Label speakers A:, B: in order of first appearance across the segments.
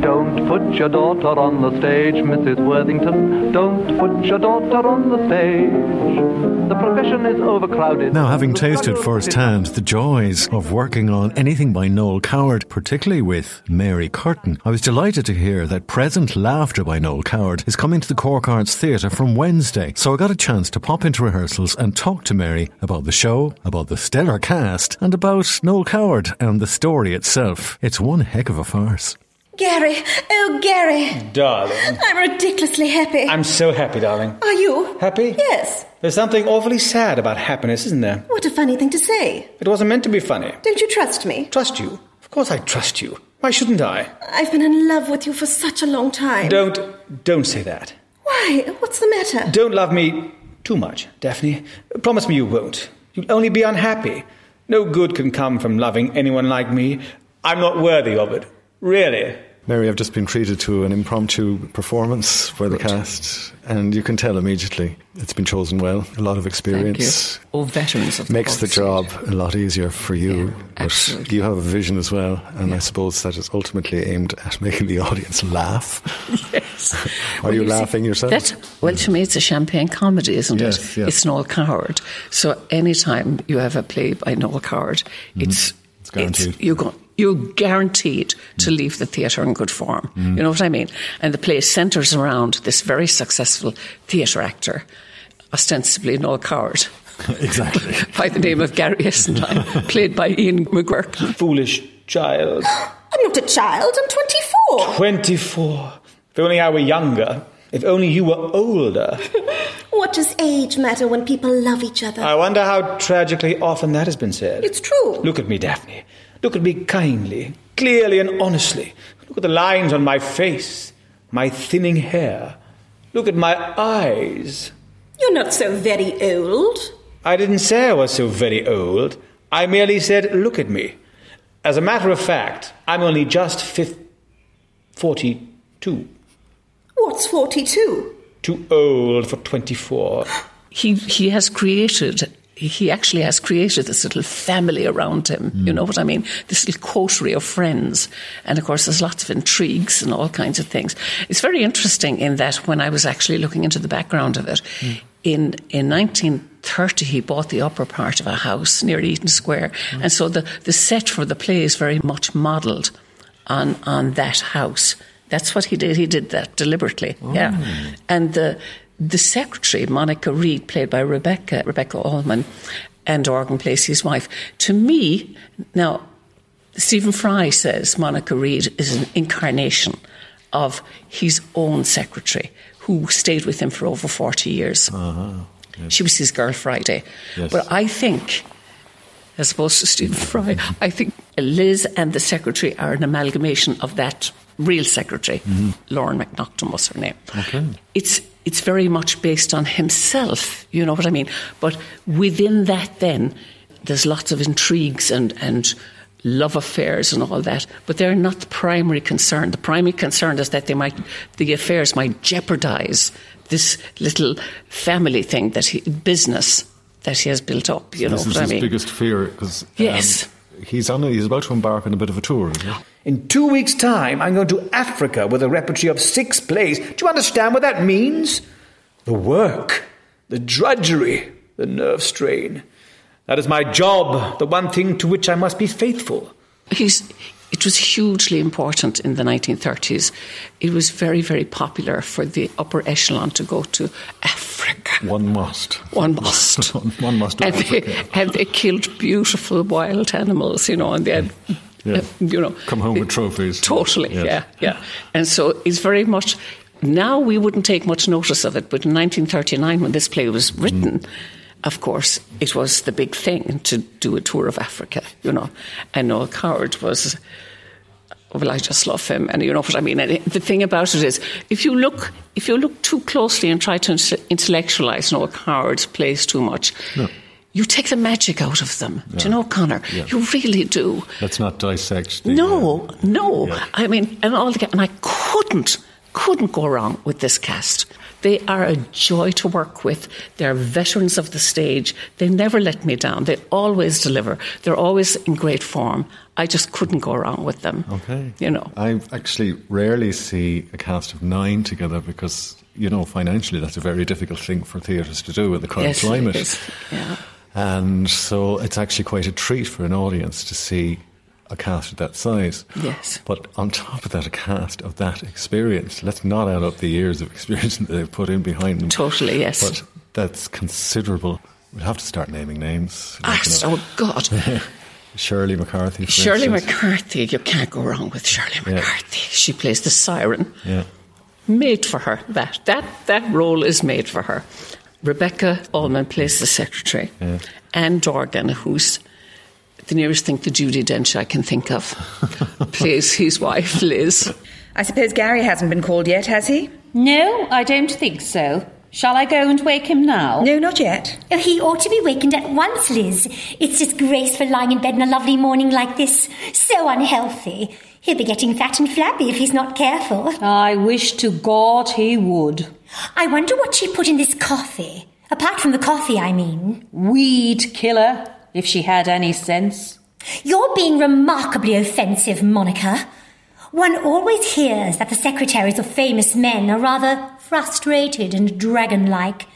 A: Don't put your daughter on the stage, Mrs. Worthington. Don't put your daughter on the stage. The profession is overcrowded.
B: Now, having tasted firsthand the joys of working on anything by Noel Coward, particularly with Mary Curtin, I was delighted to hear that Present Laughter by Noel Coward is coming to the Cork Arts Theatre from Wednesday. So I got a chance to pop into rehearsals and talk to Mary about the show, about the stellar cast, and about Noel Coward and the story itself. It's one heck of a farce.
C: Gary, oh Gary,
D: Darling,
C: I'm ridiculously happy.
D: I'm so happy, darling.
C: Are you?
D: Happy?
C: Yes.
D: There's something awfully sad about happiness, isn't there?
C: What a funny thing to say.
D: It wasn't meant to be funny.
C: Don't you trust me?
D: Trust you. Of course I trust you. Why shouldn't I?
C: I've been in love with you for such a long time.
D: Don't, don't say that.
C: Why? What's the matter?
D: Don't love me too much, Daphne. Promise me you won't. You'll only be unhappy. No good can come from loving anyone like me. I'm not worthy of it. Really.
E: Mary, I've just been treated to an impromptu performance by the cast, and you can tell immediately it's been chosen well. A lot of experience
F: All veterans of the
E: makes the
F: Boxing
E: job
F: Age.
E: a lot easier for you.
F: Yeah,
E: but
F: absolutely.
E: you have a vision as well, and I suppose that is ultimately aimed at making the audience laugh.
F: Yes.
E: Are you laughing yourself?
F: That, well, to me, it's a champagne comedy, isn't
E: Yes,
F: it?
E: yes.
F: It's Noel Coward. So anytime you have a play by Noel Coward, it's,
E: Mm-hmm. It's guaranteed. Mm.
F: you're, go, you're guaranteed to leave the theatre in good form. You know what I mean? And the play centres around this very successful theatre actor, ostensibly Noel Coward.
E: exactly.
F: By the name of Gary Essenline, played by Ian McGuirk.
D: Foolish child.
C: I'm not a child. I'm 24.
D: 24. If only I were younger. If only you were older.
C: What does age matter when people love each other?
D: I wonder how tragically often that has been said.
C: It's true.
D: Uh, Look at me, Daphne. Look at me kindly, clearly, and honestly. Look at the lines on my face, my thinning hair. Look at my eyes.
C: You're not so very old.
D: I didn't say I was so very old. I merely said, look at me. As a matter of fact, I'm only just fifth, 42.
C: What's 42?
D: Too old for 24.
F: he he has created he actually has created this little family around him. You know what I mean? This little coterie of friends. And of course, there's lots of intrigues and all kinds of things. It's very interesting in that when I was actually looking into the background of it, in, in 1930, he bought the upper part of a house near Eaton Square. And so the, the set for the play is very much modelled on, on that house. That's what he did. He did that deliberately. Yeah. And the the secretary, Monica Reed, played by Rebecca Rebecca Allman, and Organ Placey's wife. To me, now Stephen Fry says Monica Reed is an incarnation of his own secretary who stayed with him for over 40 years. She was his girl Friday. But I think, as opposed to Stephen Fry, I think Liz and the secretary are an amalgamation of that real secretary. Lauren McNaughton was her name. Okay. It's, it's very much based on himself, you know what I mean? But within that, then, there's lots of intrigues and, and love affairs and all that, but they're not the primary concern. The primary concern is that they might, the affairs might jeopardize this little family thing that he, business that he has built up. You know
E: this is
F: what I
E: his
F: mean?
E: biggest fear because
F: Yes.
E: he's on. A, he's about to embark on a bit of a tour. Isn't he?
D: In two weeks' time, I'm going to Africa with a repertory of six plays. Do you understand what that means? The work, the drudgery, the nerve strain. That is my job, the one thing to which I must be faithful.
F: He's, it was hugely important in the 1930s. It was very, very popular for the upper echelon to go to Africa.
E: One must.
F: One must.
E: One must.
F: And they, and they killed beautiful wild animals, you know, and they had
E: Yeah.
F: Uh, you know,
E: Come home with
F: it-
E: trophies.
F: Totally,
E: Yes.
F: yeah, yeah. And so it's very much. Now we wouldn't take much notice of it, but in 1939, when this play was written,
E: Mm.
F: of course, it was the big thing to do a tour of Africa. You know, and Noel Coward was. Well, I just love him, and you know what I mean. And it- the thing about it is, if you look, if you look too closely and try to inte- intellectualize Noel Coward's plays too much, you take the magic out of them. Do you know, Connor? You really do.
E: Let's not dissect. The,
F: No,
E: uh,
F: no.
E: Yeah.
F: I mean, and all the ca- and I couldn't couldn't go wrong with this cast. They are a joy to work with. They're veterans of the stage. They never let me down. They always deliver. They're always in great form. I just couldn't go wrong with them.
E: Okay.
F: You know.
E: I actually rarely see a cast of nine together because, you know, financially that's a very difficult thing for theatres to do with the current
F: Yes, it
E: climate.
F: is. Yeah.
E: And so it's actually quite a treat for an audience to see a cast of that size.
F: Yes.
E: But on top of that, a cast of that experience. Let's not add up the years of experience that they've put in behind them.
F: Totally, yes.
E: But that's considerable. We'll have to start naming names.
F: Ah,
E: Like, you know,
F: so God.
E: Shirley McCarthy. For
F: Shirley
E: instance.
F: McCarthy, you can't go wrong with Shirley
E: Yeah.
F: McCarthy. She plays the siren.
E: Yeah.
F: made for her. That that that role is made for her. Rebecca Allman plays the secretary. Anne Dorgan, who's the nearest thing to Judy Dench I can think of, plays his wife Liz.
G: I suppose Gary hasn't been called yet, has he?
H: No, I don't think so. Shall I go and wake him now?
G: No, not yet.
C: Oh, he ought to be wakened at once, Liz. It's disgraceful lying in bed on a lovely morning like this. So unhealthy. He'll be getting fat and flabby if he's not careful.
H: I wish to God he would.
C: I wonder what she put in this coffee. Apart from the coffee, I mean.
H: Weed killer, if she had any sense.
C: You're being remarkably offensive, Monica. One always hears that the secretaries of famous men are rather frustrated and dragon like.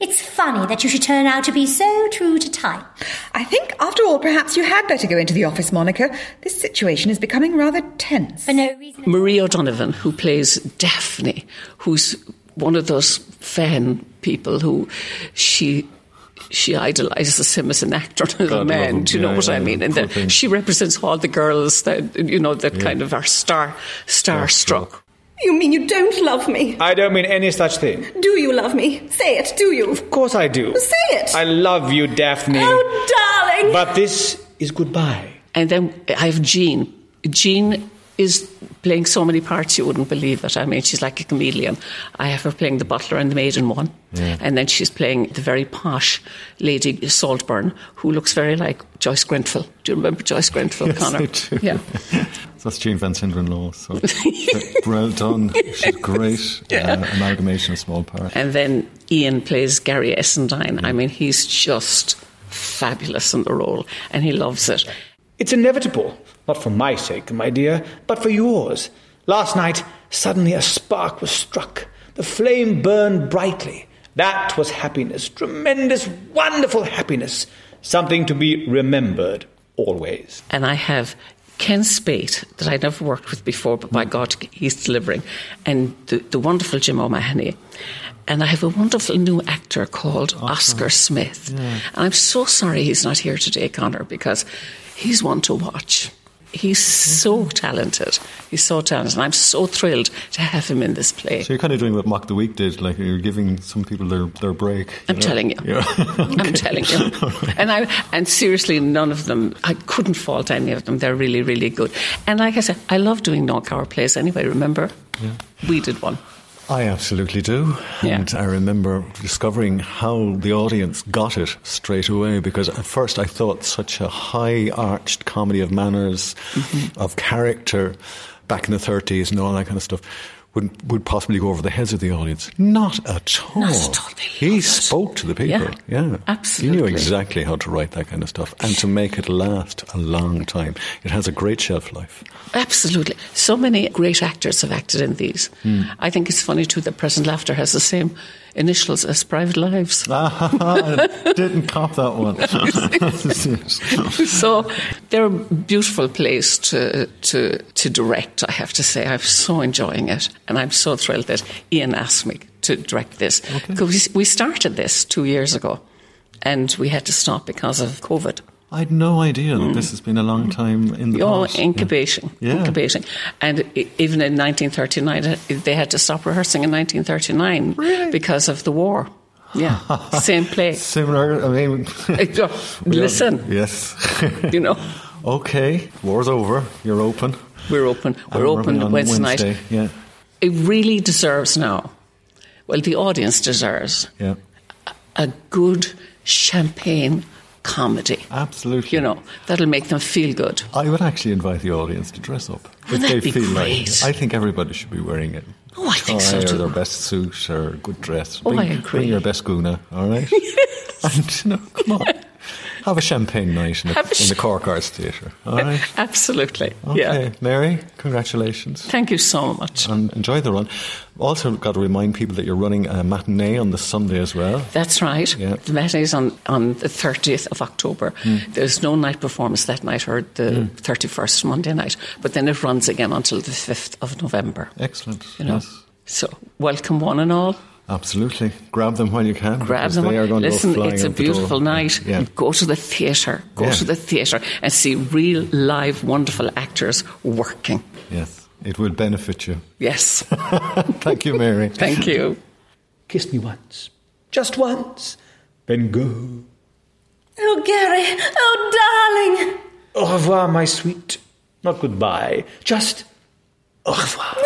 C: It's funny that you should turn out to be so true to type.
G: I think, after all, perhaps you had better go into the office, Monica. This situation is becoming rather tense.
C: For no reason.
F: Marie O'Donovan, who plays Daphne, who's one of those fan people who she she idolizes him as an actor and as
E: God
F: a
E: love
F: man.
E: him.
F: Do you know
E: Yeah,
F: what I
E: yeah,
F: mean? And
E: poor
F: that
E: thing.
F: she represents all the girls that you know that kind of are star starstruck.
I: You mean you don't love me?
D: I don't mean any such thing.
I: Do you love me? Say it, do you?
D: Of course I do.
I: Say it.
D: I love you, Daphne.
I: Oh, darling!
D: But this is goodbye.
F: And then I have Jean. Jean is playing so many parts you wouldn't believe it. I mean, she's like a chameleon. I have her playing the butler and the maid in one, and then she's playing the very posh lady Saltburn, who looks very like Joyce Grenfell. Do you remember Joyce Grenfell,
E: Yes,
F: Oh, Connor?
E: I do.
F: Yeah.
E: So that's Jean Van Sinderen Law. So well done. She's a great uh, amalgamation of small parts.
F: And then Ian plays Gary Essendine. I mean, he's just fabulous in the role, and he loves it.
D: It's inevitable, not for my sake, my dear, but for yours. Last night, suddenly a spark was struck. The flame burned brightly. That was happiness, tremendous, wonderful happiness. Something to be remembered always.
F: and I have Ken Spate that I never worked with before, but by God, he's delivering, and the, the wonderful Jim O'Mahony. And I have a wonderful new actor called Oscar Smith. And I'm so sorry he's not here today, Connor, because he's one to watch. He's so talented. He's so talented. And I'm so thrilled to have him in this play.
E: So you're kind of doing what Mock the Week did, like you're giving some people their, their break.
F: I'm telling you. I'm telling you. And I and seriously, none of them. I couldn't fault any of them. They're really, really good. And like I said, I love doing knock hour plays anyway. Remember, we did one.
E: I absolutely do.
F: Yeah.
E: And I remember discovering how the audience got it straight away because at first I thought such a high arched comedy of manners,
F: Mm-hmm.
E: of character, back in the 30s and all that kind of stuff. Would, would possibly go over the heads of the audience. Not at all.
F: Not at all. They
E: He
F: love it.
E: spoke to the people.
F: Yeah,
E: Yeah, He knew
F: absolutely.
E: exactly how to write that kind of stuff and to make it last a long time. It has a great shelf life.
F: Absolutely. So many great actors have acted in these. I think it's funny too that Present Laughter has the same initials as private lives.
E: I didn't cop that one.
F: so they're a beautiful place to, to, to direct, I have to say. I'm so enjoying it. And I'm so thrilled that Ian asked me to direct this. Because we started this two years ago and we had to stop because of COVID.
E: I had no idea that this has been a long time in the
F: Oh,
E: past. Yeah.
F: incubation,
E: Yeah.
F: incubation, and i- even in 1939, they had to stop rehearsing in 1939 because of the war. Yeah, same play.
E: Similar, I mean.
F: Listen,
E: Yes.
F: you know,
E: okay, war's over. You're open.
F: we're open. We're
E: I'm
F: open
E: on
F: Wednesday, night.
E: Yeah,
F: It really deserves now. Well, the audience deserves
E: yeah,
F: a good champagne comedy.
E: absolutely.
F: You know, that'll make them feel good.
E: I would actually invite the audience to dress up
F: Wouldn't that be
E: like
F: great?
E: it. I think everybody should be wearing it.
F: Oh, I think
E: Tie
F: so
E: Or
F: too.
E: their best suit or good dress.
F: Oh,
E: bring,
F: I agree.
E: Bring your best guna, all right? and, you know, come on. Have a champagne night in the,
F: Have a
E: in the
F: ch-
E: Cork Arts Theatre, all right?
F: Absolutely.
E: Okay,
F: Yeah.
E: Mary, congratulations.
F: Thank you so much.
E: And enjoy the run. Also, got to remind people that you're running a matinee on the Sunday as well.
F: That's right.
E: Yeah. Hmm.
F: The matinee is on, on the 30th of October. There's no night performance that night or the 31st Monday night, but then it runs again until the 5th of November.
E: Excellent.
F: You know?
E: Yes.
F: So, welcome one and all.
E: Absolutely. Grab them while you can.
F: Grab
E: because
F: them.
E: They are going
F: Listen,
E: to go flying
F: it's a
E: out the door.
F: beautiful night.
E: Yeah.
F: Go to the theatre. Go
E: Yeah.
F: to the theatre and see real, live, wonderful actors working.
E: Yes. It will benefit you.
F: Yes.
E: Thank you, Mary.
F: Thank you.
D: Kiss me once, just once, then go.
I: Oh, Gary, oh, darling.
D: Au revoir, my sweet. Not goodbye, just au revoir.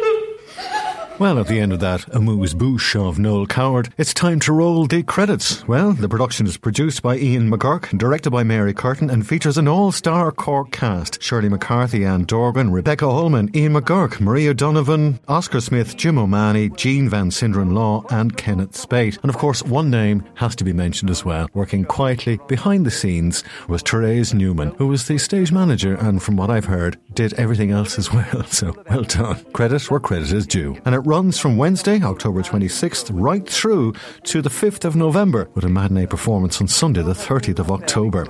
B: Well, at the end of that amuse bouche of Noel Coward, it's time to roll the credits. Well, the production is produced by Ian McGurk, directed by Mary Curtin, and features an all star Cork cast Shirley McCarthy, Anne Dorgan, Rebecca Holman, Ian McGurk, Maria Donovan, Oscar Smith, Jim O'Mahony, Jean Van Sinderen Law, and Kenneth Spate. And of course, one name has to be mentioned as well. Working quietly behind the scenes was Therese Newman, who was the stage manager and, from what I've heard, did everything else as well. So well done. Credit where credit is due. And it runs from Wednesday, October 26th, right through to the 5th of November with a matinee performance on Sunday, the 30th of October.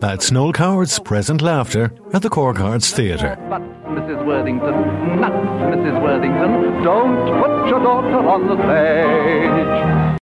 B: That's Noel Coward's Present Laughter at the Cork Arts Theatre.
A: But, Mrs. Worthington, not Mrs. Worthington, don't put your daughter on the stage.